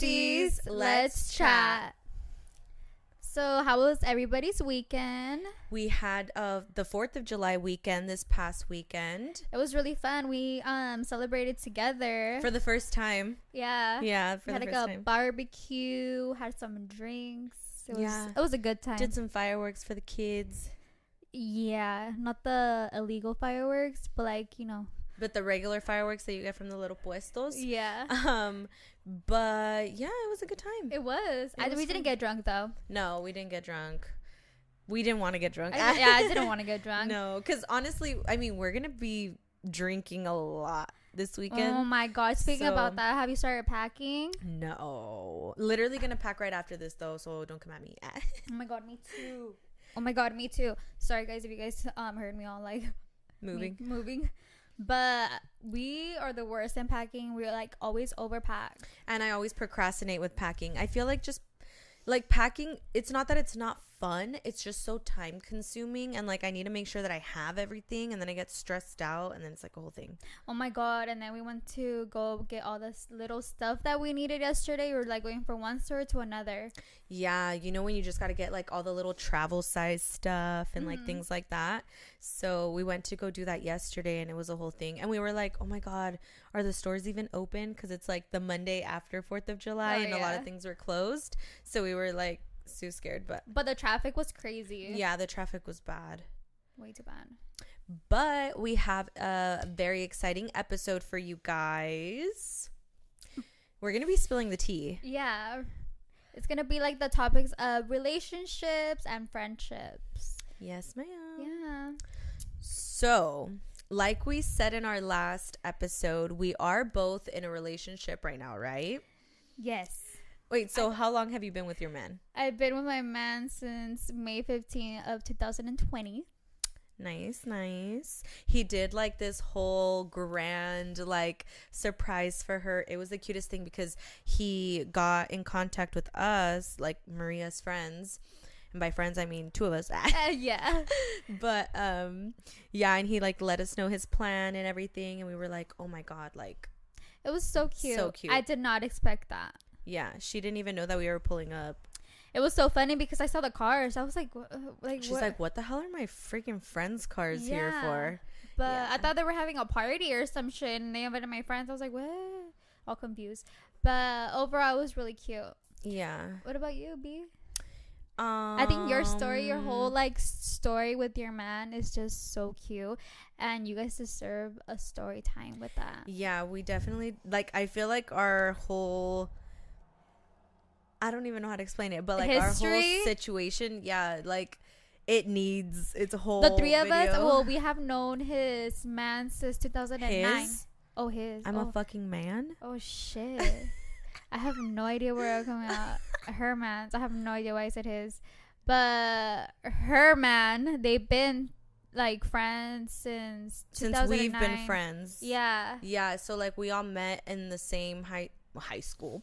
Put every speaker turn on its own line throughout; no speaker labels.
Let's Let's Chat.
So, how was everybody's weekend?
We had uh, the 4th of July weekend this past weekend
It was really fun. We um celebrated together.
for the first time.
yeah.
Yeah, for
We had
the
like
first
a
time.
barbecue, had some drinks. It was
Yeah.
it was a good time.
Did some fireworks for the kids,
yeah, not the illegal fireworks, but like, you know.
but the regular fireworks that you get from the little puestos.
Yeah.
Um, but yeah, it was a good time.
It was.
It
I,
was
we
fun.
didn't get drunk though.
no, we didn't get drunk. We didn't want to get drunk.
I, yeah, I didn't want to get drunk.
No, because honestly, I mean, we're gonna be drinking a lot this weekend.
Oh my god! Speaking
So-
about that, have you started packing?
no, literally gonna pack right after this though, so don't come at me.
Oh my god, me too. Oh my god, me too. Sorry guys, if you guys um heard me all like me
Moving.
moving. But we are the worst in packing. We're like always overpacked.
And I always procrastinate with packing. I feel like just like packing, it's not that it's not fun, it's just so time consuming. And like, I need to make sure that I have everything, and then I get stressed out, and then it's like a whole thing.
Oh my god! And then we went to go get all this little stuff that we needed yesterday. We were like going from one store to another.
Yeah, you know when you just got to get like all the little travel size stuff and
Mm-hmm.
like things like that. So we went to go do that yesterday and it was a whole thing. And we were like, "Oh my god, are the stores even open cuz it's like the Monday after 4th of July
Oh,
and a lot of
yeah.
things were closed." So we were like so scared, but
But the traffic was crazy.
yeah, the traffic was bad.
Way too bad.
But we have a very exciting episode for you guys. We're going to be spilling the tea.
Yeah. It's gonna be like the topics of relationships and friendships.
Yes, ma'am.
Yeah.
So, like we said in our last episode, we are both in a relationship right now, right?
Yes.
Wait, so how long have you been with your man?
I've been with my man since May 15 of 2020.
Nice, nice. He did like this whole grand like surprise for her. It was the cutest thing because he got in contact with us, like Maria's friends. And by friends, I mean two of us.
Uh, yeah.
but um yeah, and he like let us know his plan and everything and we were like, "Oh my god, like
It was so cute.
So cute.
I did not expect that.
yeah, she didn't even know that we were pulling up.
It was so funny because I saw the cars. I was like, wh- uh, like
She's
what?
like, what the hell are my freaking friends' cars here
Yeah.
for?
but
yeah.
I thought they were having a party or some shit and they invited my friends. I was like, what? All confused. But overall, it was really cute.
Yeah.
What about you, B?
Um,
I think your story, your whole like s- story with your man is just so cute, and you guys deserve a story time with that.
Yeah, we definitely like. I feel like our whole. I don't even know how to explain it, but like our whole
History?
situation, yeah, like it needs its a whole.
The three of us,
video.
well, we have known his man since 2009.
His?
Oh, his.
I'm
oh.
a fucking man.
oh shit. I have no idea where I'm coming out. Her man's. I have no idea why I said his, but her man. They've been like friends since
Since we've been
2009.
friends,
Yeah.
yeah. So like we all met in the same high high school.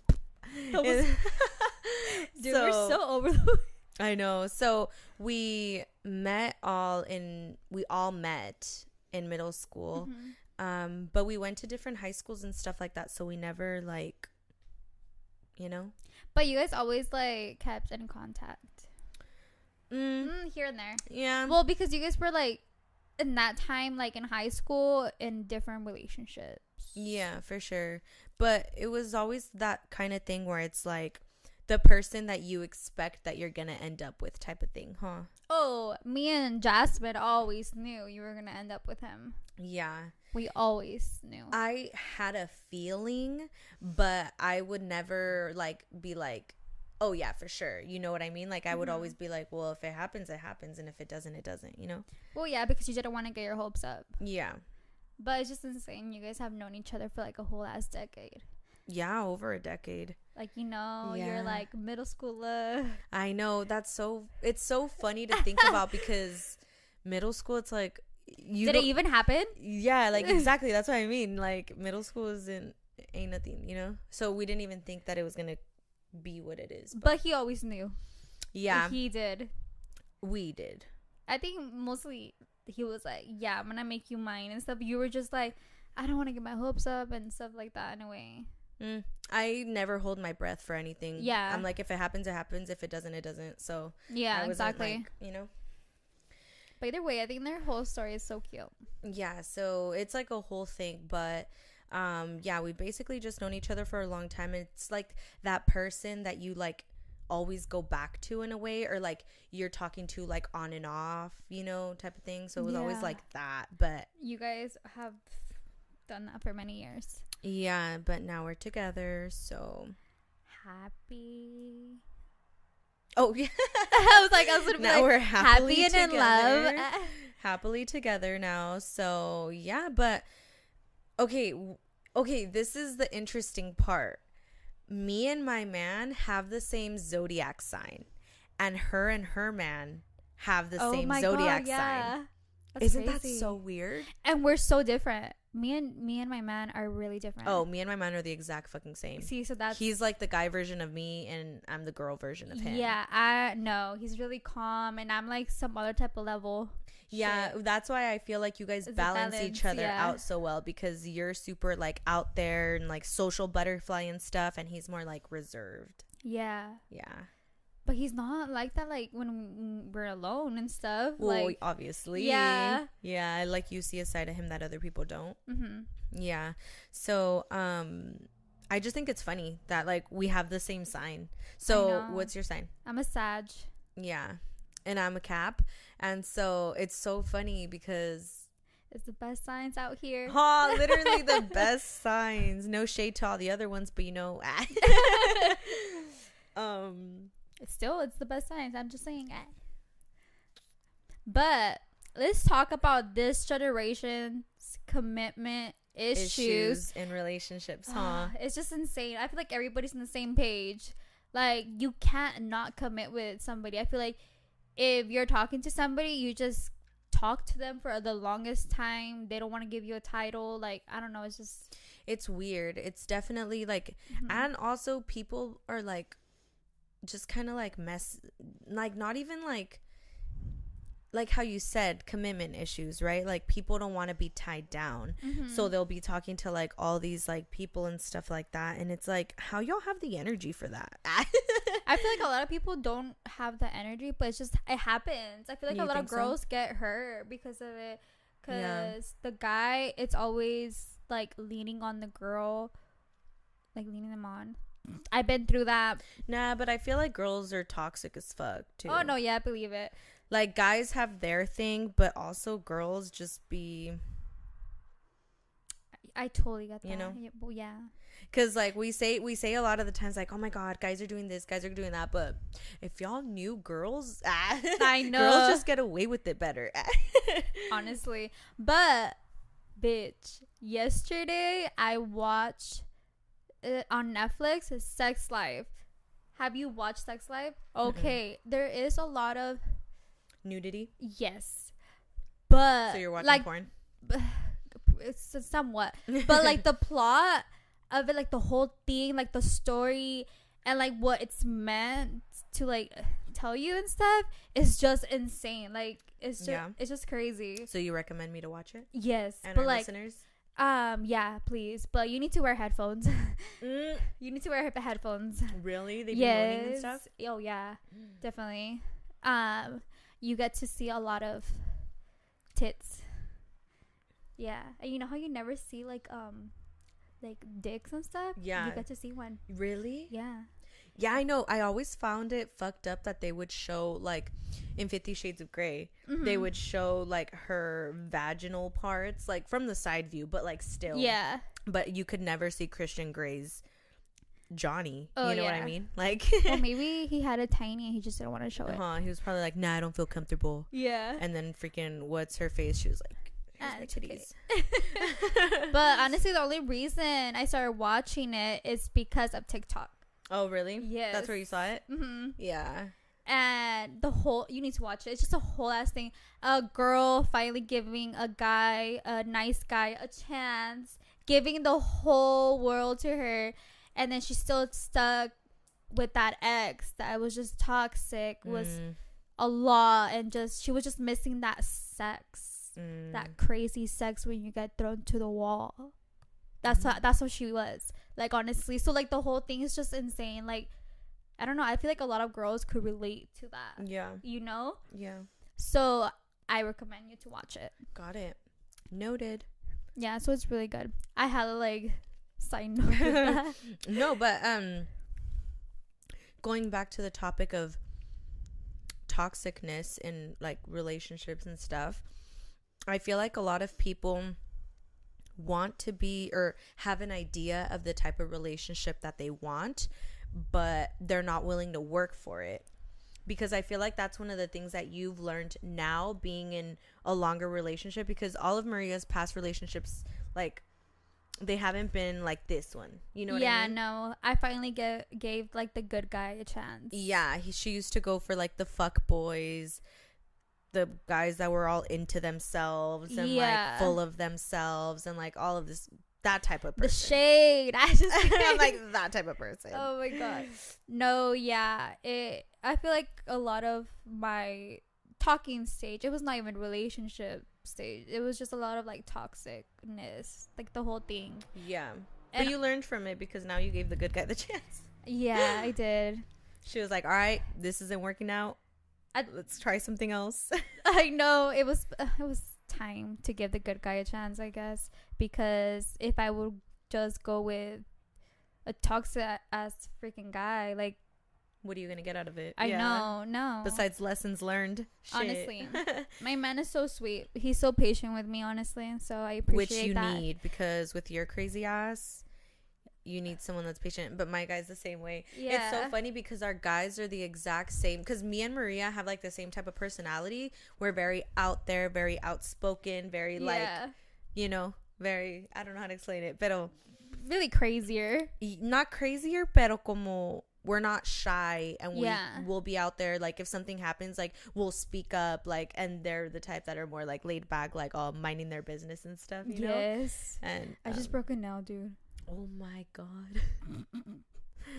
was- Dude, we're so over. the-
I know. So we met all in we all met in middle school.
Mhm.
Um but we went to different high schools and stuff like that, so we never like you know.
But you guys always like kept in contact.
Mm,
Mm, here and there.
yeah.
Well, because you guys were like in that time, like in high school, in different relationships.
yeah, for sure. But it was always that kind of thing where it's like the person that you expect that you're going to end up with type of thing, huh?
Oh, me and Jasmine always knew you were gonna end up with him.
Yeah.
We always knew.
I had a feeling, but I would never like be like, oh yeah, for sure. You know what I mean? Like I would always be like, well, if it happens, it happens, and if it doesn't, it doesn't. You know?
well, yeah, because you didn't want to get your hopes up.
Yeah,
But it's just insane. You guys have known each other for like a whole ass decade.
yeah, over a decade.
Like you know,
Yeah.
you're like middle school uh, love.
I know that's so. It's so funny to think about because middle school, it's like you.
Did it
don't-
even happen?
Yeah, like exactly. That's what I mean. Like middle school isn't ain't nothing. You know? So we didn't even think that it was gonna be what it is.
But he always knew.
Yeah,
he did.
we did.
I think mostly he was like, "Yeah, I'm gonna make you mine and stuff." You were just like, "I don't want to get my hopes up and stuff like that." In a way,
Mm, I never hold my breath for anything.
Yeah.
I'm like, if it happens, it happens. If it doesn't, it doesn't. So
Yeah,
I wasn't,
exactly.
like, you know.
but either way, I think their whole story is so cute.
Yeah, so it's like a whole thing, but um yeah, we basically just known each other for a long time. It's like that person that you like always go back to in a way or like you're talking to like on and off, you know, type of thing. So it was always
Yeah.
like that, but
You guys have done that for many years.
yeah, but now we're together. So
Happy.
Oh, yeah.
I was like, I was gonna be
now
like,
we're
happy
happily
and in
together.
love.
happily together now. So, yeah, but okay, w- okay, this is the interesting part. Me and my man have the same zodiac sign, and her and her man have the
Oh
same zodiac sign.
That's
Isn't
crazy.
that so weird?
And we're so different. Me and me and my man are really different.
Oh, me and my man are the exact fucking same.
see, so that's
He's like the guy version of me, and I'm the girl version of him.
yeah. I no, he's really calm, and I'm like some other type of level.
Yeah, that's why I feel like you guys
It's a
balance,
balance,
each other
yeah.
out so well because you're super like out there and like social butterfly and stuff, and he's more like reserved.
Yeah,
Yeah.
but he's not like that. Like when we're alone and stuff.
Well,
like,
obviously.
yeah.
Yeah, like you see a side of him that other people don't.
hmm
Yeah. So, um, I just think it's funny that like we have the same sign. So,
know.
what's your sign?
I'm a Sag.
Yeah. And I'm a cap. And so it's so funny because
It's the best signs out here.
Ha, literally the best signs. No shade to all the other ones, but you know. um
It's still, it's the best signs. I'm just saying. eh. But let's talk about this generation's commitment
issues,
issues. Ah.
in relationships, huh?
it's just insane. I feel like everybody's on the same page. Like you can't not commit with somebody. I feel like if you're talking to somebody, you just talk to them for the longest time. They don't want to give you a title. Like I don't know. It's just
it's weird. It's definitely like
Mhm.
and also people are like just kind of like mess like not even like like how you said commitment issues, right? Like people don't want to be tied down.
Mm-hmm.
So they'll be talking to like all these like people and stuff like that and it's like how y'all have the energy for that?
I feel like a lot of people don't have the energy, but it's just it happens. I feel like
You
a lot of
think so?
girls get hurt because of it. Cause
Yeah.
the guy, it's always like leaning on the girl, like leaning them on. I've been through that.
Nah, but I feel like girls are toxic as fuck too.
Oh no, yeah, I believe it.
Like guys have their thing, but also girls just be
I totally get that.
You know?
Yeah, well, yeah.
cuz like we say we say a lot of the times like, "Oh my god, guys are doing this, guys are doing that." But if y'all knew girls, ah,
I know.
Girls just get away with it better.
honestly. But bitch, yesterday I watched uh, on Netflix is Sex Life. Have you watched Sex Life? Okay, there is a lot of
Nudity.
yes, but
So you're watching
Uh, like
porn.
it's somewhat, but like the plot of it, like the whole thing, like the story, and like what it's meant to like tell you and stuff is just insane. Like it's just
Yeah.
it's just crazy.
So you recommend me to watch it?
Yes,
And
but
our
like,
listeners?
um, yeah, please, but you need to wear headphones.
Mm,
you need to wear he- headphones.
really? They be moaning and
yes.
stuff? Mm.
Oh yeah, definitely. Um, you get to see a lot of tits. Yeah, and you know how you never see like um, like dicks and stuff.
Yeah.
you get to see one.
Really?
Yeah.
Yeah, I know. I always found it fucked up that they would show like in 50 shades of gray.
Mm-hmm.
They
Hmm.
would show like her vaginal parts like from the side view, but like still.
Yeah.
But you could never see Christian Gray's Johnny.
Oh,
you know what
yeah.
I mean? Like
well, maybe he had a tiny and he just didn't want to show it.
huh, he was probably like, "Nah, I don't feel comfortable."
Yeah.
And then freaking what's her face? She was like, "Here's
Ah,
my
it's okay.
titties."
But honestly, the only reason I started watching it is because of TikTok.
Oh, really?
Yes.
That's where you saw it?
hmm
Yeah.
And the whole, you need to watch it. It's just a whole ass thing. A girl finally giving a guy, a nice guy, a chance, giving the whole world to her. And then she's still stuck with that ex that was just toxic, was
Mm,
a lot. And just, she was just missing that sex,
mm.
that crazy sex when you get thrown to the wall. That's
Mm.
how, that's what she was. Like honestly, so like the whole thing is just insane. Like I don't know. I feel like a lot of girls could relate to that.
Yeah.
You know.
Yeah.
So I recommend you to watch it.
Got it. Noted.
Yeah. So it's really good. I had a like side note. with that.
No, but um going back to the topic of toxicness in like relationships and stuff, I feel like a lot of people want to be or have an idea of the type of relationship that they want, but they're not willing to work for it. Because I feel like that's one of the things that you've learned now being in a longer relationship because all of Maria's past relationships like they haven't been like this one. You know what
yeah.
I mean?
No. I finally ga- gave like the good guy a chance.
Yeah, he, she used to go for like the fuck boys, the guys that were all into themselves and
Yeah.
like full of themselves and like all of this that type of
The
person.
shade. I just
I'm like that type of person.
Oh my god. No, yeah. It I feel like a lot of my talking stage, it was not even relationship stage. It was just a lot of like toxicness, like the whole thing.
Yeah.
And-
but you learned from it because now you gave the good guy the chance.
Yeah, I did.
She was like, "All right, this isn't working out.
I-
Let's try something else."
I know it was uh, it was time to give the good guy a chance, I guess, because if I would just go with a toxic ass freaking guy, like
what are you gonna get out of it?
I
Yeah.
know, no.
Besides lessons learned, Shit.
Honestly, my man is so sweet. He's so patient with me, honestly, so I
which
appreciate
you
that.
need because with your crazy ass you need someone that's patient but my guy's the same way it's so
Yeah.
funny because our guys are the exact same because me and maria have like the same type of personality we're very out there very outspoken very like
Yeah.
you know very i don't know how to explain it pero
really crazier.
y- not crazier pero como we're not shy and we
Yeah.
will be out there like if something happens like we'll speak up like and they're the type that are more like laid back like all minding their business and stuff you know
yes.
and
I just
um,
broke a nail, dude.
Oh my god.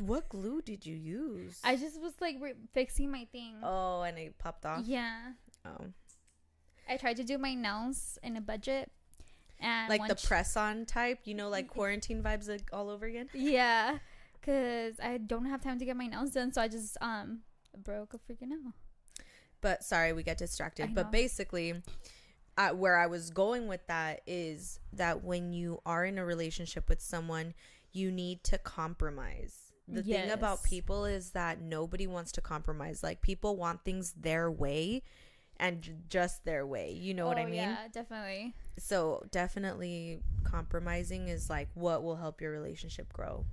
what glue did you use?
I just was like re- fixing my thing.
oh, and it popped off.
Yeah.
Oh.
I tried to do my nails in a budget and
Like
one
the
ch-
press on type, you know,
Mm-hmm.
like quarantine vibes like, all over again.
Yeah. Cuz I don't have time to get my nails done, so I just um broke a freaking nail.
But sorry, we got
I
distracted.
know.
But basically, uh, where I was going with that is that when you are in a relationship with someone, you need to compromise. The thing about
Yes.
people is that nobody wants to compromise. Like people want things their way and j- just their way. You know what I
Oh,
mean?
Yeah, definitely.
so definitely compromising is like what will help your relationship grow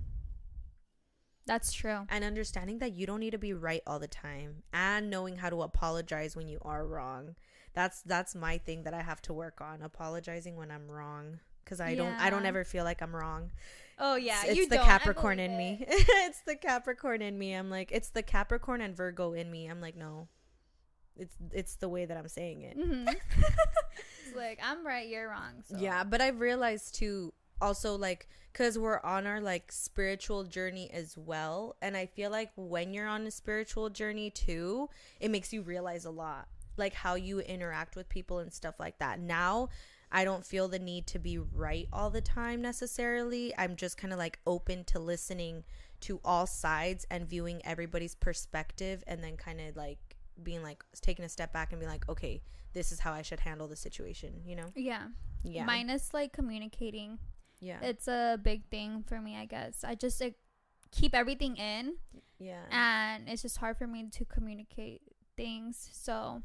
That's true.
and understanding that you don't need to be right all the time and knowing how to apologize when you are wrong that's that's my thing that i have to work on apologizing when i'm wrong because i don't i don't
Yeah.
ever feel like i'm wrong
Oh yeah,
it's, it's
you
the
don't. I
capricorn
believe
in me
it.
it's the capricorn in me i'm like it's the capricorn and virgo in me i'm like no it's it's the way that i'm saying it
Mhm. It's like I'm right, you're wrong. So.
Yeah, but I've realized too, also like, because we're on our like spiritual journey as well. And I feel like when you're on a spiritual journey too, it makes you realize a lot, like how you interact with people and stuff like that. Now, I don't feel the need to be right all the time necessarily. I'm just kind of like open to listening to all sides and viewing everybody's perspective and then kind of like being like taking a step back and being like, okay, this is how I should handle the situation, you know?
Yeah.
Yeah.
Minus like communicating.
Yeah.
it's a big thing for me i guess i just like, keep everything in
yeah.
Uh-huh. and it's just hard for me to communicate things so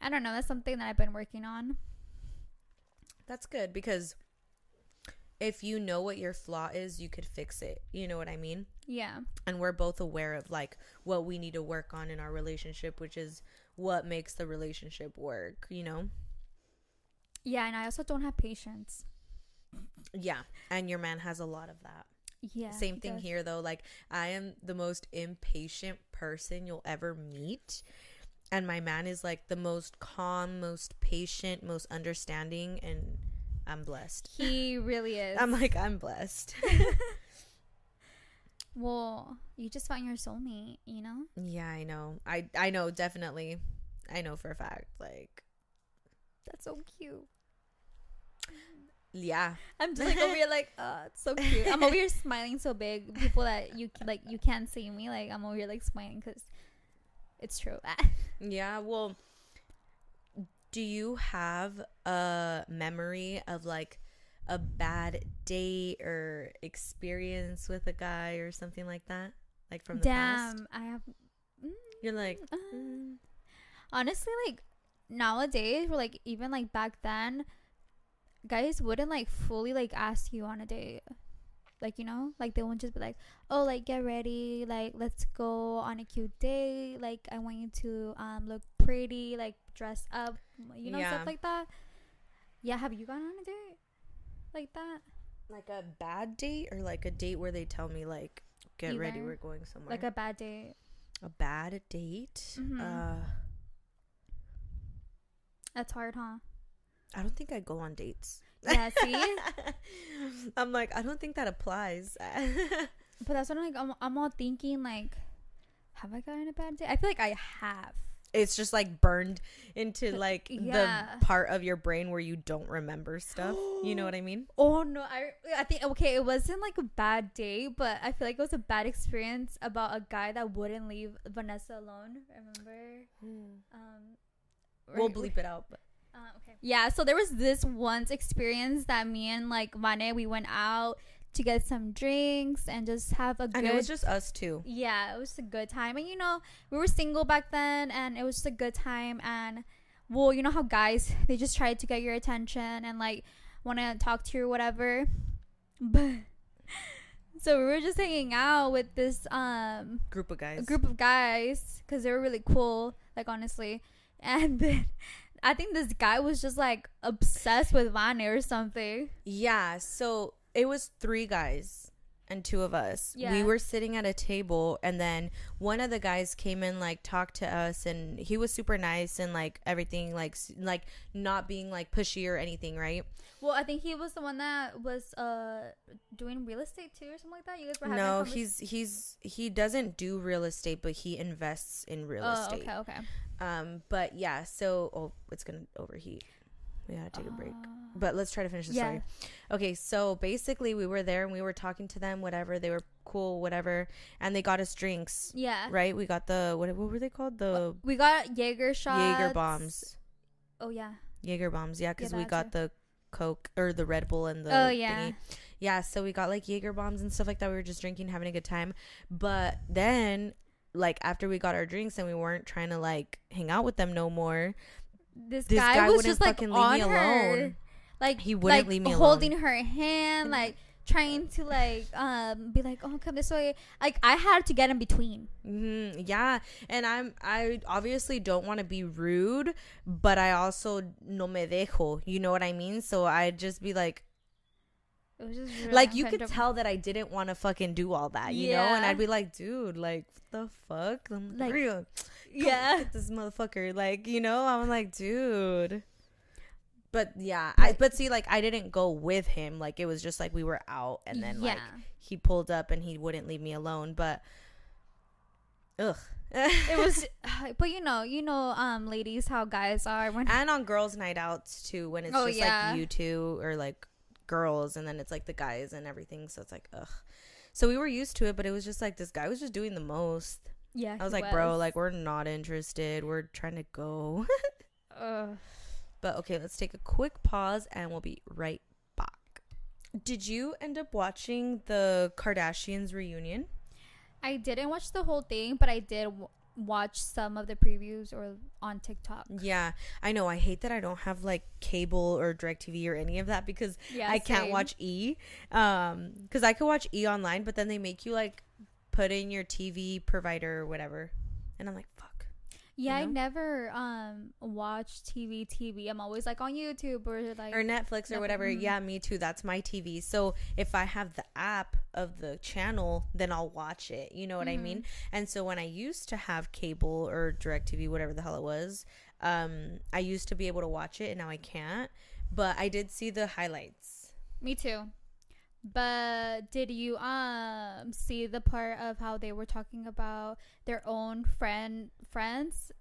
i don't know that's something that i've been working on
That's good because if you know what your flaw is, you could fix it. You know what I mean?
yeah
And we're both aware of like what we need to work on in our relationship, which is what makes the relationship work, you know?
yeah and i also don't have patience
Yeah. And your man has a lot of that.
yeah
Same thing
because-
here though. Like I am the most impatient person you'll ever meet. And my man is like the most calm, most patient, most understanding and I'm blessed.
he really is
I'm like I'm blessed.
well you just found your soulmate you know
Yeah, I know. I I know definitely. I know for a fact. Like
that's so cute
Yeah.
I'm just like over here, like, oh, it's so cute. I'm over here smiling so big. People that you like, you can't see me. Like, I'm over here like smiling because it's true.
Yeah. Well, do you have a memory of like a bad date or experience with a guy or something like that? Like from the past?
Damn, I have. Mm,
You're like,
uh,
mm,
honestly, like nowadays, or like even like back then, guys wouldn't like fully like ask you on a date. Like you know, like they won't just be like, "Oh, like get ready, like let's go on a cute date. Like I want you to um look pretty, like dress up, you know,
Yeah.
stuff like that." Yeah, have you gone on a date like that?
like a bad date or like a date where they tell me like, get ready,
Either.
we're going somewhere.
Like a bad date
a bad date.
Mhm.
Uh,
That's hard, huh?
I don't think I go on dates.
Yeah, see?
I'm like, I don't think that applies.
But that's what I'm like. I'm, I'm all thinking like, have I gotten a bad day? I feel like I have.
it's just like burned into like
Yeah.
the part of your brain where you don't remember stuff. you know what I mean?
Oh no, I I think okay, it wasn't like a bad day, but I feel like it was a bad experience about a guy that wouldn't leave Vanessa alone. Remember? Um,
We'll
right-
bleep it out. But
Uh, okay. Yeah, so there was this once experience that me and like Vane we went out to get some drinks and just have a good
and it was just us two.
Yeah, it was just a good time. And you know, we were single back then and it was just a good time and well, you know how guys they just try to get your attention and like wanna talk to you or whatever. But so we were just hanging out with this um
Group of guys.
a group of guys because they were really cool like honestly and then i think this guy was just like obsessed with vane or something
Yeah. So it was three guys and two of us. We
Yeah.
were sitting at a table, and then one of the guys came in, like talked to us, and he was super nice and like everything, like s- like not being like pushy or anything, right?
well i think he was the one that was uh doing real estate too or something like that you guys were having a
No,
convers-
he's he's he doesn't do real estate, but he invests in real
oh
estate.
okay okay
Um, but yeah, so oh, it's gonna overheat. We gotta take a break.
Oh. Ah.
But let's try to finish the story. Okay, so basically we were there and we were talking to them, whatever. They were cool, whatever, and they got us drinks.
yeah
Right? We got the what? What were they called? The
we got jaeger shots
Jaeger bombs.
oh yeah
Jaeger bombs. Yeah, because
Yeah,
we
that
got
too.
the Coke or the Red Bull and the
oh yeah
thingy. Yeah, so we got like Jaeger bombs and stuff like that. We were just drinking, having a good time. But then, like after we got our drinks and we weren't trying to like hang out with them no more,
this,
this
guy,
guy
was
wouldn't
just like
fucking leave
on
me
her
alone.
like
He wouldn't
like,
leave me
holding her hand
Yeah.
like trying to like um be like oh come this way like i had to get in between
hmm yeah, and I'm I obviously don't want to be rude, but I also no me dejo. You know what I mean? So I'd just be like,
it was just really
like you could
uncomfortable.
tell that I didn't want to fucking do all that, you know? And
Yeah.
I'd be like, dude, like what the fuck, I'm
Like,
real.
yeah
get this motherfucker. Like you know, I'm like, dude. But yeah, I but see, like I didn't go with him. Like it was just like we were out, and then like he pulled up and he wouldn't leave me alone. But ugh,
it was uh, but you know you know um ladies how guys are when
and on girls' night outs too, when it's
Oh,
just
yeah.
like you two or like girls, and then it's like the guys and everything. So it's like ugh. So we were used to it, but it was just like this guy was just doing the most.
yeah
I was
he
like, bro, like we're not interested. We're trying to go.
Ugh.
But okay, let's take a quick pause and we'll be right back. Did you end up watching the Kardashians reunion?
i didn't watch the whole thing but i did w- watch some of the previews or on tiktok
Yeah, I know. I hate that I don't have like cable or DirecTV or any of that because
yeah
I can't
same.
watch E. Um, because I could watch E online, but then they make you like put in your TV provider or whatever, and I'm like, fuck.
yeah
you
i
know?
never um watch tv tv i'm always like on youtube or like
Or Netflix or
Netflix,
whatever.
mhm.
Yeah, mm-hmm. me too. That's my TV. So if I have the app of the channel, then I'll watch it. You know what I
Mhm.
mean? And so when I used to have cable or DirecTV, whatever the hell it was, um, I used to be able to watch it, and now I can't. But I did see the highlights.
Mm-hmm. Me too. But did you um see the part of how they were talking about their own friend friends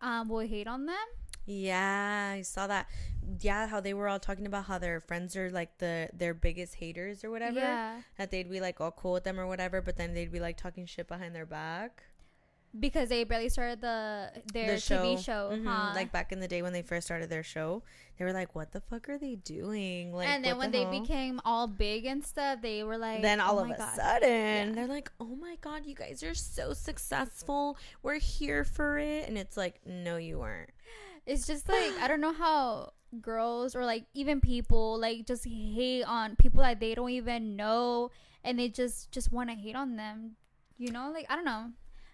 um will hate on them?
Yeah, I saw that. Yeah, how they were all talking about how their friends are like the their biggest haters or whatever.
Yeah.
That they'd be like all cool with them or whatever, but then they'd be like talking shit behind their back.
Because they barely started the their TV show,
Mhm.
huh?
Like back in the day when they first started their show, they were like, "What the fuck are they doing?" Like,
and then
what
when
the
they
hell?
became all big and stuff, they were like,
then all
"Oh
of
my
a
God."
sudden
Yeah.
they're like oh my god you guys are so successful we're here for it and it's like no you weren't
it's just like I don't know how girls or like even people like just hate on people that they don't even know, and they just just want to hate on them. You know, like I don't know.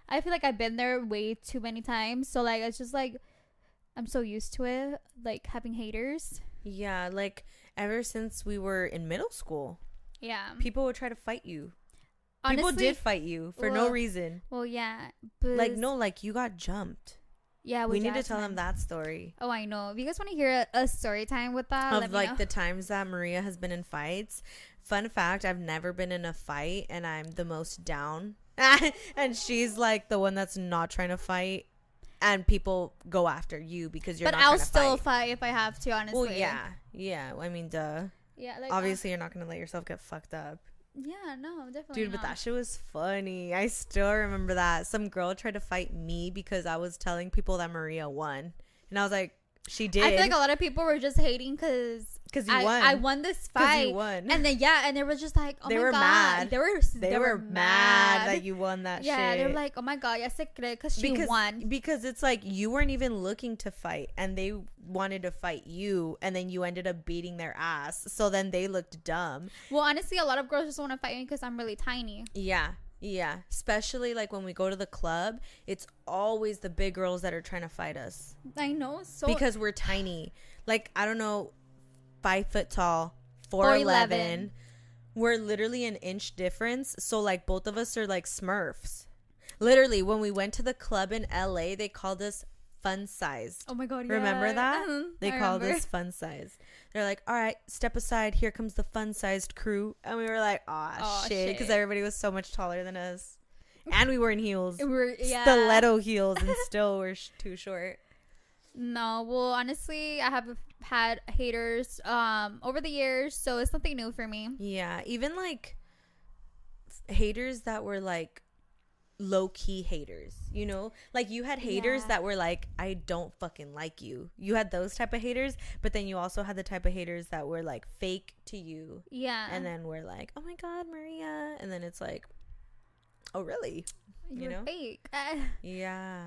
I feel like I've been there way too many times, so like it's just like I'm so used to it, like having haters.
yeah like ever since we were in middle school
Yeah,
people would try to fight you people
Mm. Honestly-
did fight you for no
well,
reason
Well, yeah, but
like no like you got jumped
Yeah,
we
with
need to tell them
Jasmine.
that story
Oh, I know. If you guys want to hear a, a story time with that, Uh, let
of
me
like
know.
the times that maria has been in fights fun fact i've never been in a fight and i'm the most down and she's like the one that's not trying to fight and people go after you because you're
but
not
I'll
gonna
still
fight.
fight. if I have to. Honestly.
well yeah yeah i mean duh
Yeah. Like, uh,
obviously you're not gonna let yourself get fucked up
Oh, yeah. No. Definitely.
Dude, but
not.
that shit was funny. I still remember that. Some girl tried to fight me because I was telling people that Maria won. And I was like, she did.
I feel like a lot of people were just hating because
Because you
I,
won.
I won this
'Cause you
fight.
won.
And then yeah, and they were just like, oh
They
my
were
god,
mad.
they were
They, were, mad that you won that
yeah,
shit.
they're like, oh my god, yes, I because she
because,
won.
Because it's like you weren't even looking to fight and they wanted to fight you and then you ended up beating their ass. So then they looked dumb.
Well, honestly, a lot of girls just want to fight me because I'm really tiny.
Yeah. Yeah. Especially like when we go to the club, it's always the big girls that are trying to fight us.
I know so
because we're tiny. Like I don't know, five foot tall, four eleven. We're literally an inch difference. So like both of us are like Smurfs. Literally, when we went to the club in LA, they called us fun sized.
Oh my god,
Remember
yeah.
that?
Uh-huh,
They
I
called
remember.
us fun sized. They're like, all right, step aside. Here comes the fun sized crew. And we were like, aw,
Aw,
shit. Because
shit.
everybody was so much taller than us. And we were in heels,
We're, yeah.
stiletto heels, and still we're sh- too short.
No, well, honestly, I have had haters um over the years, so it's nothing new for me.
Yeah, even like f- haters that were like low key haters, you know? Like you had haters
Yeah.
that were like I don't fucking like you. You had those type of haters, but then you also had the type of haters that were like fake to you
Yeah,
and then were like, "Oh my god, Maria." And then it's like, "Oh, really?" you
you
know?
know, fake. Uh,
Yeah.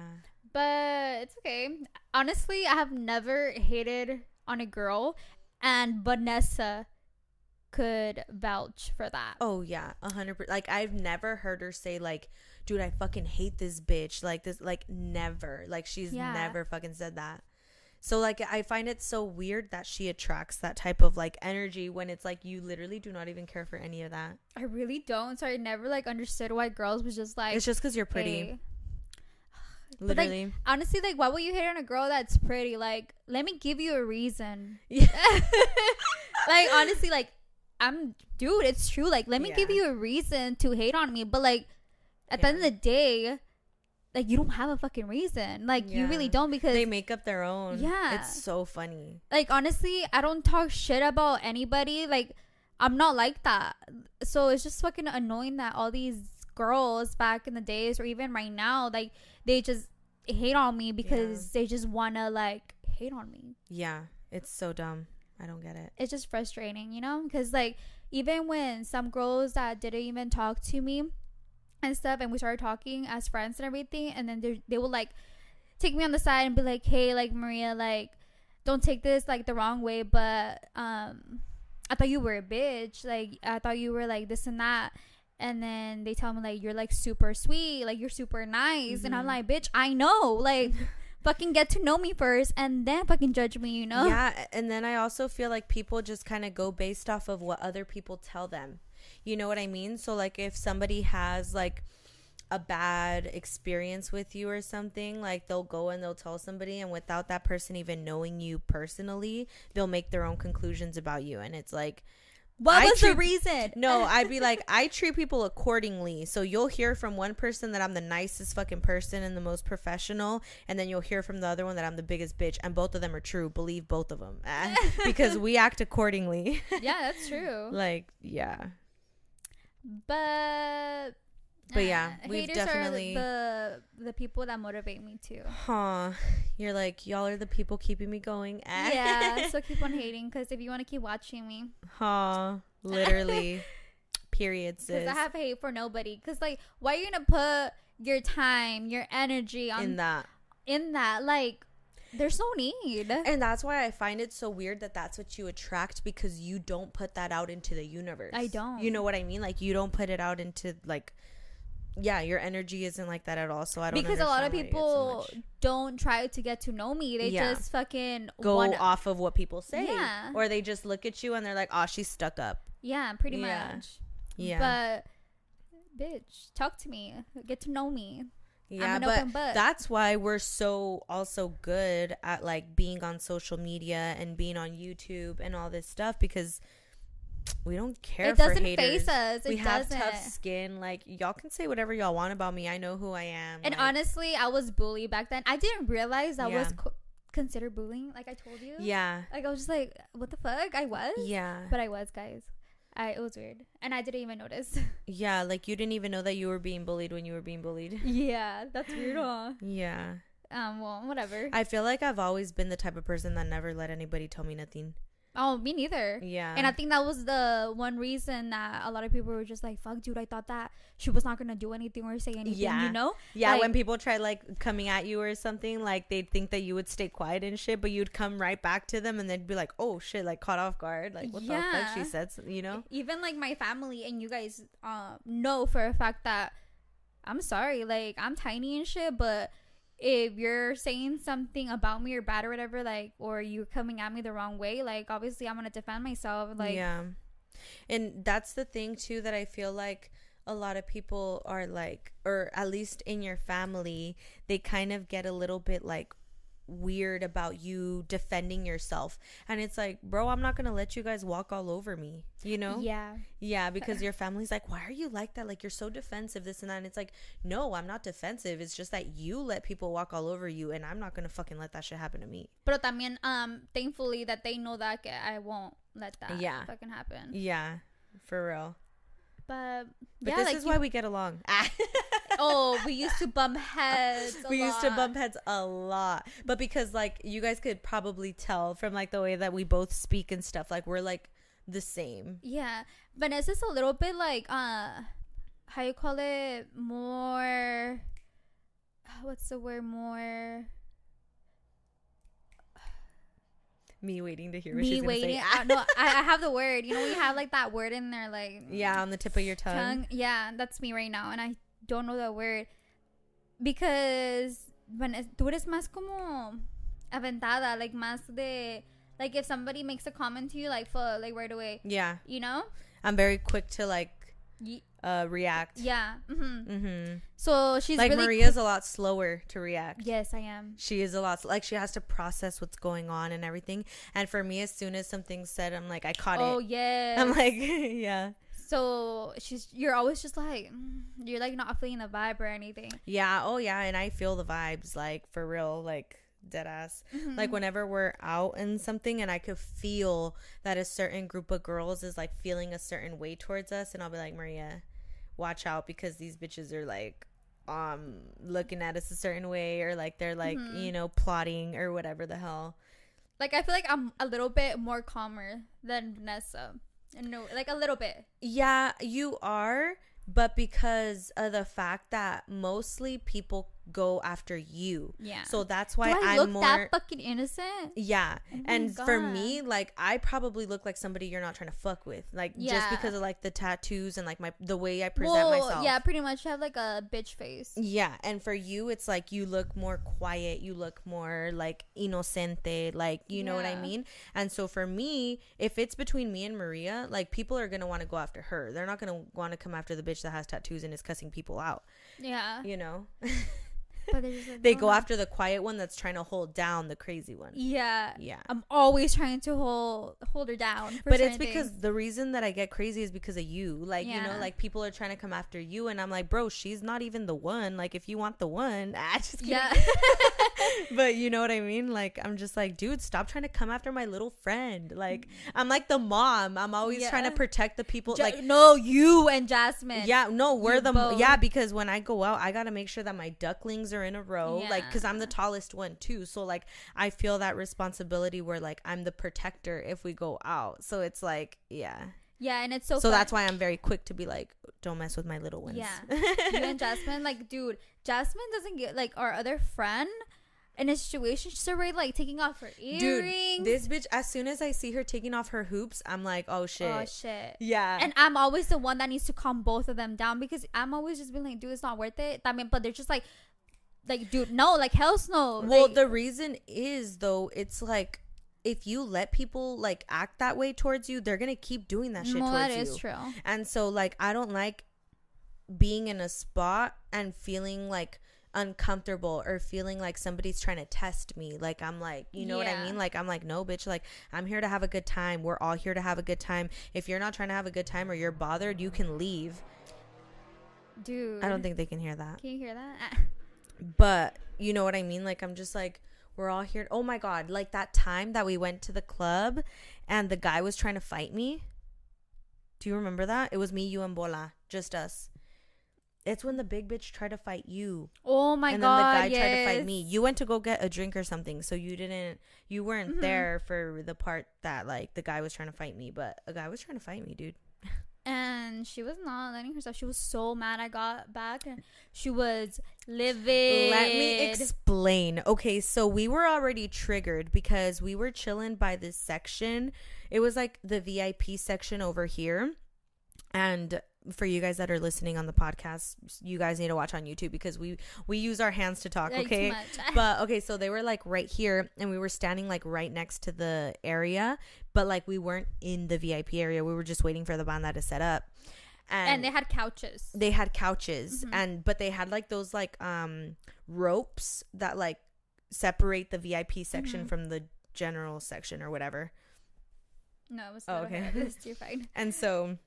but it's okay. Honestly, I have never hated on a girl, and Vanessa could vouch for that.
Oh yeah, a hundred percent. Like I've never heard her say like, "Dude, I fucking hate this bitch." Like this, like never. Like she's
Yeah.
never fucking said that. So like I find it so weird that she attracts that type of like energy when it's like you literally do not even care for any of that.
I really don't. So I never like understood why girls was just like.
it's just because you're pretty,
"Hey." But, like,
literally.
honestly, like, why would you hate on a girl that's pretty? Like, let me give you a reason. like honestly like i'm dude it's true like let me give
Yeah.
you a reason to hate on me but like at the end of
Yeah.
the day like you don't have a fucking reason like you really
Yeah.
don't because
they make up their own.
Yeah.
it's so funny.
like honestly i don't talk shit about anybody like i'm not like that so it's just fucking annoying that all these girls back in the days or even right now like they just hate on me because they just wanna like hate on me
Yeah, it's so dumb. I don't get it.
it's just frustrating, you know? Because, like, even when some girls that didn't even talk to me and stuff, and we started talking as friends and everything, and then they, they would, like, take me on the side and be like, hey, like, Maria, like, don't take this, like, the wrong way, but, um, I thought you were a bitch. Like, I thought you were, like, this and that. And then they tell me, like, you're, like, super sweet, like, you're super nice. And I'm like, bitch, I know. Like, fucking get to know me first and then fucking judge me, you know?
Yeah, a- and then I also feel like people just kind of go based off of what other people tell them. You know what I mean? So like if somebody has like a bad experience with you or something, like they'll go and they'll tell somebody and without that person even knowing you personally, they'll make their own conclusions about you and it's like
What
I
was
treat-
the reason?
No, I'd be like, I treat people accordingly. So you'll hear from one person that I'm the nicest fucking person and the most professional, and then you'll hear from the other one that I'm the biggest bitch. And both of them are true. Believe both of them Ah, because we act accordingly.
yeah, that's true.
like, yeah.
But
But yeah,
uh,
we've
haters
definitely-
are the the people that motivate me too.
Huh. You're like, y'all are the people keeping me going. Ah.
yeah, so keep on hating because if you want to keep watching me,
Huh. Literally. Period,
because
sis.
I have hate for nobody. Because like, why are you gonna put your time, your energy on
in
in that?
that.
Like, there's no need.
And that's why I find it so weird that that's what you attract because you don't put that out into the universe.
I don't.
You know what I mean? Like you don't put it out into like yeah, your energy isn't like that at all. So I don't
because a lot of
understand why it's
people
so much
don't try to get to know me. They
Yeah.
just fucking
go
wanna-
off of what people say
Yeah.
or they just look at you and they're like, "Oh, she's stuck up."
Yeah, pretty
Yeah.
much.
Yeah.
But bitch, talk to me. Get to know me.
yeah,
an
but
open book.
that's why we're so also good at like being on social media and being on YouTube and all this stuff because we don't care
it doesn't
for haters.
face us. It
we have
doesn't.
tough skin. Like y'all can say whatever y'all want about me. I know who I am.
and
like,
honestly, I was bullied back then. I didn't realize that was
Yeah.
co- considered bullying. Like I told you.
yeah,
Like I was just like, what the fuck? I was.
yeah,
But I was, guys. I it was weird, and I didn't even notice.
yeah. Like you didn't even know that you were being bullied when you were being bullied.
yeah, that's weird, huh?
Yeah,
Um, well, whatever.
I feel like I've always been the type of person that never let anybody tell me nothing.
oh, me neither.
Yeah,
And I think that was the one reason that a lot of people were just like, "Fuck, dude, I thought that she was not gonna do anything or say anything."
Yeah.
You know?
yeah,
like-
when people try like coming at you or something, like they'd think that you would stay quiet and shit, but you'd come right back to them and they'd be like, "Oh shit!" Like caught off guard. Like what the fuck? She
Yeah.
said, s- you know?
Even like my family and you guys um know for a fact that I'm sorry, like I'm tiny and shit, but if you're saying something about me or bad or whatever, like, or you're coming at me the wrong way, like, obviously I'm gonna defend myself. Like,
yeah and that's the thing too that i feel like a lot of people are like or at least in your family they kind of get a little bit like weird about you defending yourself and it's like bro i'm not gonna let you guys walk all over me you know
yeah,
yeah because your family's like why are you like that like you're so defensive this and that and it's like no i'm not defensive it's just that you let people walk all over you and i'm not gonna fucking let that shit happen to me
But también, um, thankfully that they know that que I won't let that
Yeah.
fucking happen.
yeah for real
But,
but
yeah,
this
like
is
you-
why we get along
oh, we used to bump heads. a
we used to
lot.
bump heads a lot but because like you guys could probably tell from like the way that we both speak and stuff like we're like the same
Yeah, Vanessa's a little bit like uh, how you call it more. What's the word more?
me waiting to hear what
Me
she's
waiting.
gonna say
uh, no, I, I have the word. You know, we have like that word in there, like
yeah on the tip of your tongue,
tongue. Yeah, that's me right now, and I don't know that word because when es- tú eres más como aventada, like más de like if somebody makes a comment to you, like fuck, like right away,
yeah
you know?
i'm very quick to like
Ye-
uh react
yeah. hmm
mm-hmm.
So she's
like
really
maria's a lot slower to react
Yes, I am.
she is a lot like she has to process what's going on and everything and for me as soon as something's said i'm like i caught
Oh
it
yeah.
i'm like yeah
so she's you're always just like mm, you're like not feeling the vibe or anything.
Yeah, oh yeah, and I feel the vibes like for real, like dead ass.
Mm-hmm.
Like whenever we're out and something and I could feel that a certain group of girls is like feeling a certain way towards us and I'll be like, "Maria, watch out because these bitches are like um looking at us a certain way or like they're like,
Mm-hmm.
you know, plotting or whatever the hell."
Like I feel like I'm a little bit more calmer than Vanessa. No, like a little bit.
Yeah, you are, but because of the fact that mostly people go after you.
Yeah.
So that's why
Do I
I'm
look
more
that fucking innocent?
Yeah.
Oh my
and for
God.
me, like I probably look like somebody you're not trying to fuck with. Like just
Yeah.
because of like the tattoos and like my the way I present
Well,
myself.
yeah, pretty much. I have like a bitch face.
Yeah, and for you it's like you look more quiet, you look more like inocente, like you know what I
Yeah.
mean? And so for me, if it's between me and Maria, like people are going to want to go after her. They're not going to want to come after the bitch that has tattoos and is cussing people out,
Yeah.
you know?
But they're just like,
they
"No,
go
no."
after the quiet one that's trying to hold down the crazy one.
Oh Yeah.
Yeah.
I'm always trying to hold hold her down. for
But it's
certain
because
things.
the reason that I get crazy is because of you. Like, you
Yeah.
know, like people are trying to come after you and I'm like, "Bro, she's not even the one. Like if you want the one, I just kidding.
yeah.
but you know what I mean? Like, I'm just like, dude, stop trying to come after my little friend. Like, I'm like the mom. I'm always trying to
Mm. Yeah.
protect the people.
Ja-
like,
no, you and Jasmine.
yeah, no, we're
you
the
both.
yeah because when I go out, I gotta make sure that my ducklings are in a row, like because I'm the
Yeah.
tallest one too. So like, I feel that responsibility where like I'm the protector if we go out. So it's like, yeah.
Yeah, and it's so.
So, that's why I'm very quick to be like, don't mess with my little ones.
Yeah. you and Jasmine, like, dude, Jasmine doesn't get like our other friend in a situation. She's already like taking off her earrings.
Dude, this bitch. As soon as I see her taking off her hoops, I'm like, oh shit.
oh shit.
yeah.
And I'm always the one that needs to calm both of them down because I'm always just being like, dude, it's not worth it. I mean, but they're just like, like, dude, no, like, hell's no.
Well,
Like,
the reason is though, it's like if you let people like act that way towards you, they're gonna keep doing that shit
well,
towards
that is
you.
true.
And so like I don't like being in a spot and feeling like uncomfortable or feeling like somebody's trying to test me. Like I'm like, you know what I
Yeah.
mean? Like I'm like, no bitch, like I'm here to have a good time. We're all here to have a good time. If you're not trying to have a good time or you're bothered, you can leave.
Dude,
I don't think they can hear that.
Can you hear that?
but you know what I mean? Like I'm just like we're all here. Oh my god! Like that time that we went to the club, and the guy was trying to fight me. Do you remember that? It was me, you, and Bola, just us. It's when the big bitch tried to fight you,
Oh my
and
god!
then the guy tried to fight
yes.
me. You went to go get a drink or something, so you didn't, you weren't
Mhm.
there for the part that like the guy was trying to fight me. But a guy was trying to fight me, dude.
and she was not letting herself. She was so mad. I got back, and she was livid.
Let me explain. Okay, so we were already triggered because we were chilling by this section. It was like the VIP section over here. And for you guys that are listening on the podcast, you guys need to watch on YouTube because we we use our hands to talk,
Like, too
okay?
much.
but okay, so they were like right here and we were standing like right next to the area, but like we weren't in the VIP area. We were just waiting for the banda to set up.
and they had couches.
they had couches and but they had like those like um ropes that like separate the VIP section
Mhm.
from the general section or whatever.
no, it was
Oh,
not okay.
okay.
It was too fine.
And so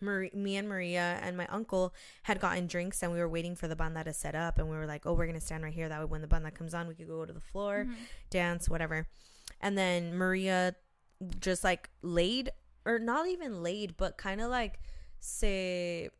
Marie, me and Maria and my uncle had gotten drinks and we were waiting for the banda to set up and we were like, "Oh, we're going to stand right here that way when the banda comes on, we could go to the floor,
Mhm.
dance, whatever." And then Maria just like laid or not even laid, but kind of like se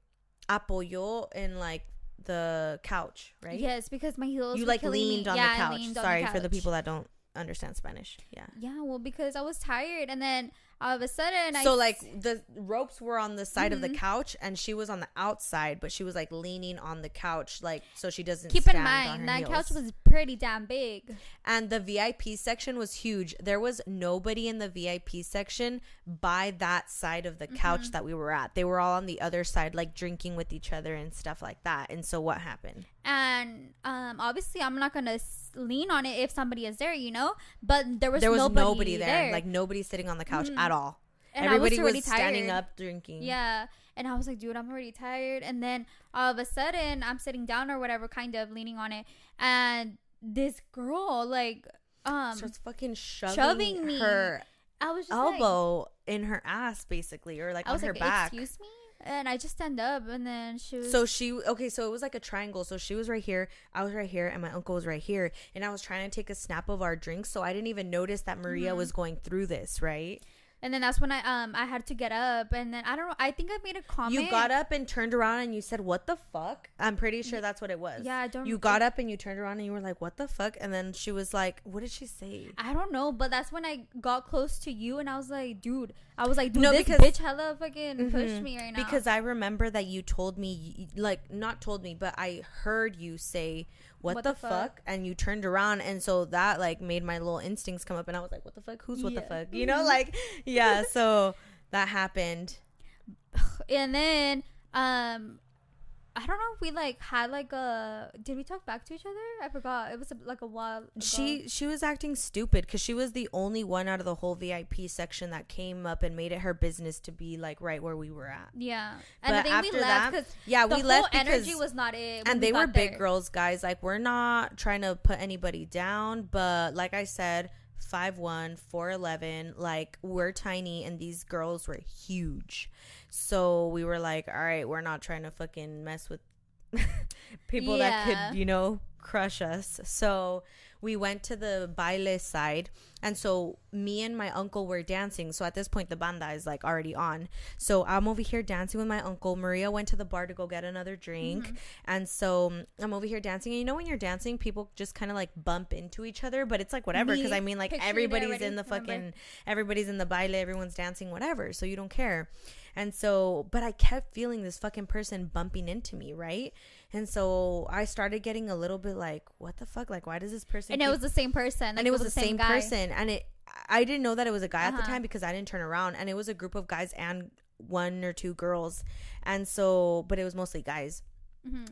apoyó in like the couch, right?
Yes, because my heels.
you
were
like
killing me.
leaned on
Yeah, I
the couch.
leaned on
Sorry for the
couch.
people that don't understand Spanish. Yeah.
Yeah, well, because I was tired, and then all of a sudden, I
so like the ropes were on the side of
Mhm.
the couch and she was on the outside, but she was like leaning on the couch like so she doesn't
keep in
stand on her
mind that
heels.
couch was pretty damn big.
and the VIP section was huge. There was nobody in the VIP section by that side of the
Mm-hmm.
couch that we were at. They were all on the other side like drinking with each other and stuff like that. And so what happened?
and um, obviously I'm not gonna s- lean on it if somebody is there, you know. But there was
there was
nobody,
nobody, there. Like nobody sitting on the couch
Mhm.
at all.
and
Everybody
I was, already
standing
tired.
up drinking.
Yeah, and I was like, dude, I'm already tired. And then all of a sudden, I'm sitting down or whatever, kind of leaning on it, and this girl like um,
starts fucking shoving,
shoving me
her
I was just Like,
elbow in her ass, basically, or like
I
on
was
her
like,
back.
excuse me, and I just stand up, and then she was
So she okay, so it was like a triangle. So she was right here, I was right here, and my uncle was right here. And I was trying to take a snap of our drinks, so I didn't even notice that Maria
Mm-hmm.
was going through this, right?
and then that's when I um I had to get up, and then I don't know, I think I made a comment.
You got up and turned around and you said, "What the fuck?" I'm pretty sure that's what it was.
Yeah, I don't-
You got up and you turned around and you were like, "What the fuck?" And then she was like, "What did she say?"
I don't know, but that's when I got close to you and I was like, dude, I was like, dude,
No,
this
because-
bitch hella fucking pushed
Mhm.
me right now.
Because I remember that you told me, y- like, not told me, but I heard you say, "What, the, fuck? And you turned around, and so that like made my little instincts come up, and I was like, "What the fuck? Who's what the
Yeah.
fuck?" You know, like, yeah.
Oh,
So that happened.
and then um I don't know if we like had like a did we talk back to each other? I forgot. It was a, like a while. Ago.
She she was acting stupid because she was the only one out of the whole VIP section that came up and made it her business to be like right where we were at.
yeah,
But
and then we
after
left
that-
because
yeah,
the
we
whole
left
energy
because-
was not it. when
and
we
they were
got
big
there.
girls, guys. Like we're not trying to put anybody down, but like I said, 5'1", 4'11", like we're tiny and these girls were huge. So we were like, all right, we're not trying to fucking mess with people that
Yeah.
could, you know, crush us. So we went to the baile side and so me and my uncle were dancing. So at this point the banda is like already on. So I'm over here dancing with my uncle. Maria went to the bar to go get another drink.
Mm-hmm.
And so um, I'm over here dancing. And you know when you're dancing, people just kind of like bump into each other, but it's like whatever. Because
Me
I mean, like
pictured it
everybody's
already,
in the
remember?
fucking, everybody's in the baile, everyone's dancing, whatever. So you don't care. And so, but I kept feeling this fucking person bumping into me, right? And so I started getting a little bit like, what the fuck? Like, why does this person?
and it
keep
was the same person. like,
and it was the same,
guy.
person and it i didn't know that it was a guy at the
Uh-huh.
time because i didn't turn around and it was a group of guys and one or two girls and so but it was mostly guys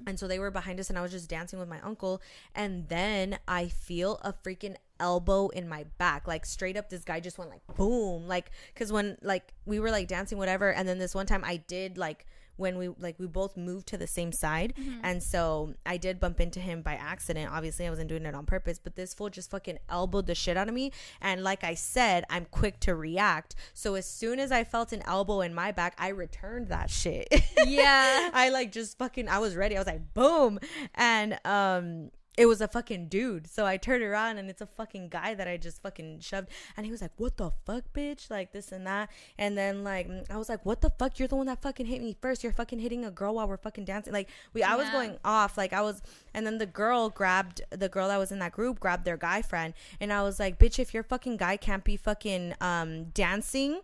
and so they were behind us and i was just dancing with my uncle and then i feel a freaking elbow in my back like straight up this guy just went like boom like because when like we were like dancing whatever and then this one time i did like when we like we both moved to the same side and so i did bump into him by accident obviously i wasn't doing it on purpose but this fool just fucking elbowed the shit out of me and like i said i'm quick to react so as soon as i felt an elbow in my back i returned that shit
Yeah.
i like just fucking i was ready i was like boom and um it was a fucking dude. So I turned around and it's a fucking guy that I just fucking shoved. And he was like, What the fuck, bitch? Like this and that. And then like I was like, What the fuck? You're the one that fucking hit me first. You're fucking hitting a girl while we're fucking dancing. Like we I was
Yeah.
going off. Like I was and then the girl grabbed the girl that was in that group grabbed their guy friend and I was like, Bitch, if your fucking guy can't be fucking um dancing,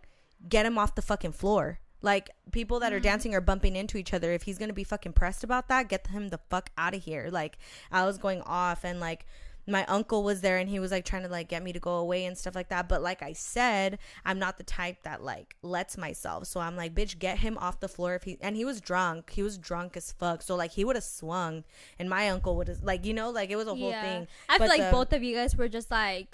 get him off the fucking floor. Like people that are dancing are bumping into each other. If he's gonna be fucking pressed about that, get him the fuck out of here. Like I was going off and like my uncle was there and he was like trying to like get me to go away and stuff like that. But like I said, I'm not the type that like lets myself. So I'm like, bitch, get him off the floor if he and he was drunk. He was drunk as fuck. So like he would have swung and my uncle would have like you know, like it was a whole
yeah.
thing.
I feel
But
like
the-
both of you guys were just like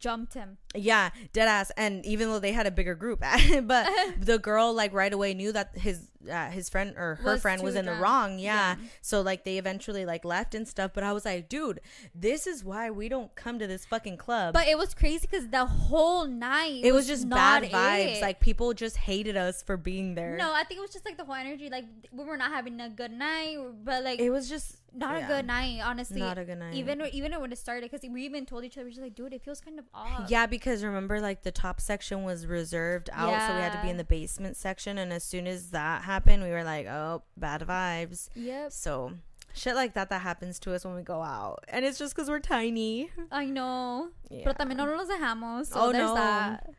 jumped him.
Yeah, dead ass. And even though they had a bigger group, but the girl like right away knew that his uh, his friend or her
Was
friend was
too
in the
drunk.
wrong. Yeah. So like they eventually like left and stuff. But I was like, dude, this is why we don't come to this fucking club.
But it was crazy because the whole night
it was just
not
bad vibes.
it.
Like people just hated us for being there.
no, I think it was just like the whole energy. Like we were not having a good night, but like
it was just
not
yeah.
a good night. Honestly,
Not a good night.
Even even when it started, because we even told each other, we're just like, dude, it feels kind of off.
Yeah, because remember, like the top section was reserved out, so we had to be
Yeah.
in the basement section. And as soon as that happened, we were like, "Oh, bad vibes."
Yep.
So shit like that that happens to us when we go out, and it's just because we're tiny.
I know.
Yeah.
Pero también no nos dejamos. So
Oh,
there's
no.
that.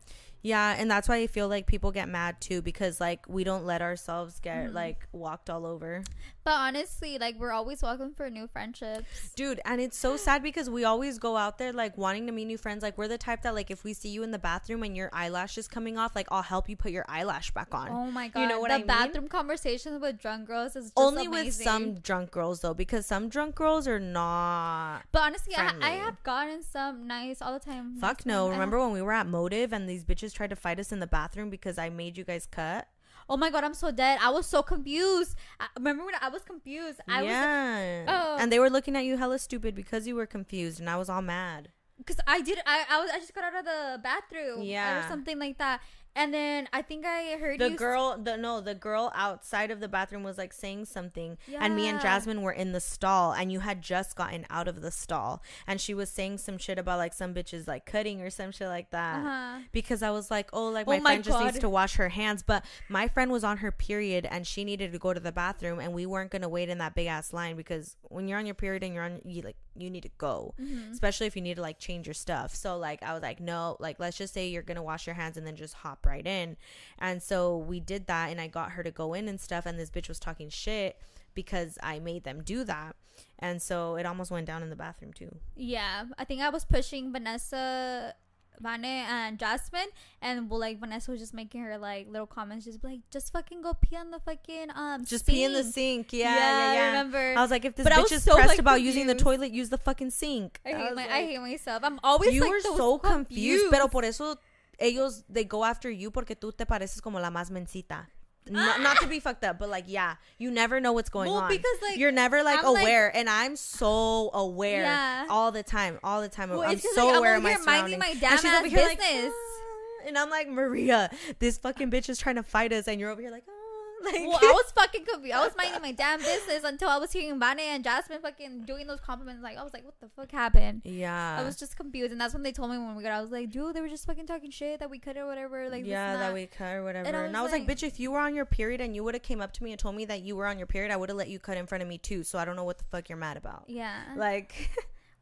Yeah, and that's why I feel like people get mad too because like we don't let ourselves get
Mm-hmm.
like walked all over,
But honestly, like we're always welcome for new friendships.
dude. And it's so sad because we always go out there like wanting to meet new friends. Like we're the type that like if we see you in the bathroom and your eyelash is coming off, like I'll help you put your eyelash back on.
Oh my god.
You know what
the
I mean?
bathroom conversations with drunk girls is just
Only with
amazing.
some drunk girls though, because some drunk girls are not.
But honestly, I, I
friendly.
have gotten some nice all the time.
Fuck
Nice
no!
ones. I
Remember
have-
when we were at Motive and these bitches tried to fight us in the bathroom because I made you guys cut?
Oh my god, I'm so dead. I was so confused. I, remember when I was confused? I was
yeah.
oh.
And they were looking at you hella stupid because you were confused, and I was all mad.
because I did. I I was I just got out of the bathroom.
Yeah.
Or something like that. And then I think I heard
The
you s-
girl, the no, the girl outside of the bathroom was like saying something, and me and
Yeah.
Jasmine were in the stall, and you had just gotten out of the stall, and she was saying some shit about like some bitches like cutting or some shit like that.
Uh-huh.
Because I was like, oh, like
Oh
my,
my
friend just needs
God.
to wash her hands, but my friend was on her period and she needed to go to the bathroom, and we weren't gonna wait in that big ass line because when you're on your period and you're on, you like you need to go,
Mm-hmm.
especially if you need to like change your stuff. So like I was like, no, like let's just say you're gonna wash your hands and then just hop right in, and so we did that, and I got her to go in and stuff, and this bitch was talking shit because I made them do that, and so it almost went down in the bathroom too.
Yeah, I think I was pushing Vanessa Vane and Jasmine, and well, like Vanessa was just making her like little comments, just like just fucking go pee on the fucking um,
Just pee in the
sink.
sink. Yeah, yeah, yeah.
I remember.
I was like, if this
But I
bitch
was
is
so,
pressed
like,
about using the
confused.
toilet, use the fucking sink.
I hate,
was
my, I
like,
hate myself. I'm always
you
like
were
those
so confused. Pero por eso ellos they go after you porque tú te pareces como la más mencita. Not, not to be fucked up, but like yeah, you never know what's going
Well,
on
because, like,
you're never like
I'm, like-
aware, and I'm so aware
Yeah.
all the time, all the time.
Well,
I'm
it's 'cause,
so
like, I'm
aware of
over
my
here minding
surroundings.
my
and she's
damn
over
ass
here like,
business.
"Ah," and I'm like Maria, this fucking bitch is trying to fight us, and you're over here like, "Ah," like
Well, I was fucking confused. I was minding my damn business until I was hearing Vane and Jasmine fucking doing those compliments. Like I was like, what the fuck happened?
yeah,
I was just confused, and that's when they told me when we got. out, I was like, dude, they were just fucking talking shit that we could or whatever. Like,
yeah,
this and
that
that
we cut or whatever.
I
And I was,
was
like,
like-
bitch, if you were on your period and you would have came up to me and told me that you were on your period, I would have let you cut in front of me too. So I don't know what the fuck you're mad about.
Yeah,
Like,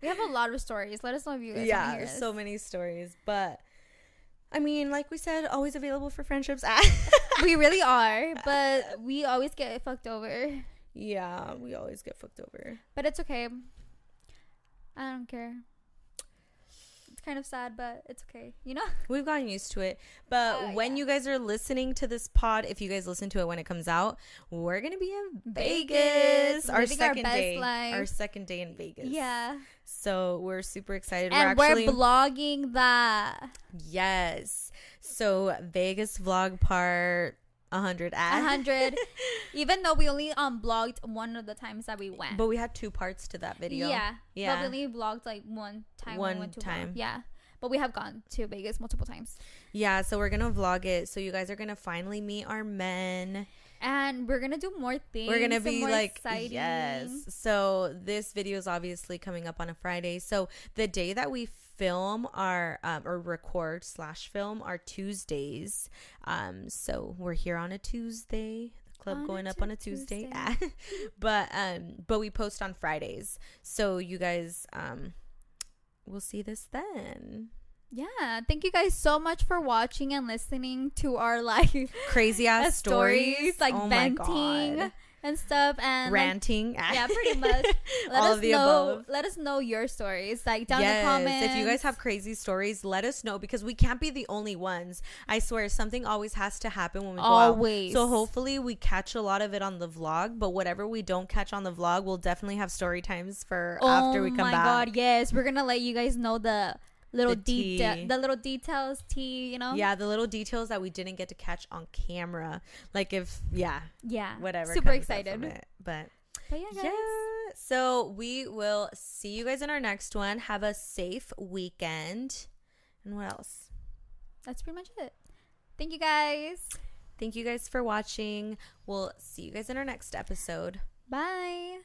we have a lot of stories. Let us know if you guys.
yeah,
wanna hear
there's
us.
so many stories. But I mean, like we said, always available for friendships.
we really are, but we always get fucked over.
yeah, we always get fucked over.
But it's okay. I don't care. It's kind of sad, but it's okay. You know?
We've gotten used to it. But
Oh,
when
yeah.
you guys are listening to this pod, if you guys listen to it when it comes out, we're gonna be in Vegas.
Vegas,
Our
living our
second
best
day. Our
life.
second day in Vegas.
Yeah.
So we're super excited.
and
we're actually
we're blogging that
Yes. So Vegas vlog part 100 at
100, even though we only um blogged one of the times that we went.
But we had two parts to that video.
Yeah.
Yeah.
But we only blogged like one time. when
One
we went to vlog.
time.
Yeah. But we have gone to Vegas multiple times.
Yeah, so we're going to vlog it. So you guys are going to finally meet our men.
And we're going to do more things.
we're going to
and
be
more
like
exciting.
yes. So this video is obviously coming up on a Friday. So the day that we film our um, or record slash film are Tuesdays. Um so we're here on a Tuesday. The club
On a
going up
Tu-
on a Tuesday.
Tuesday.
but um but we post on Fridays. So you guys um we'll see this then.
Yeah. Thank you guys so much for watching and listening to our like
Crazy ass stories,
like
Oh my
venting
God.
and stuff and like,
ranting.
yeah, pretty much. Let
All
us
of the
know.
above.
Let us know your stories, like down in the comments.
If you guys have crazy stories, let us know because we can't be the only ones. I swear, something always has to happen when we
Always.
go out. So hopefully we catch a lot of it on the vlog. But whatever we don't catch on the vlog, we'll definitely have story times for after we come
Oh my
back.
god, yes, we're gonna let you guys know the little
The tea.
detail, the little details, tea. You know,
Yeah, the little details that we didn't get to catch on camera, like if yeah,
yeah,
whatever.
Ah, Super
comes up from
excited.
it. But
But yeah, guys.
yeah. So we will see you guys in our next one. Have a safe weekend. And what else?
that's pretty much it. Thank you guys.
Thank you guys for watching. We'll see you guys in our next episode.
Bye.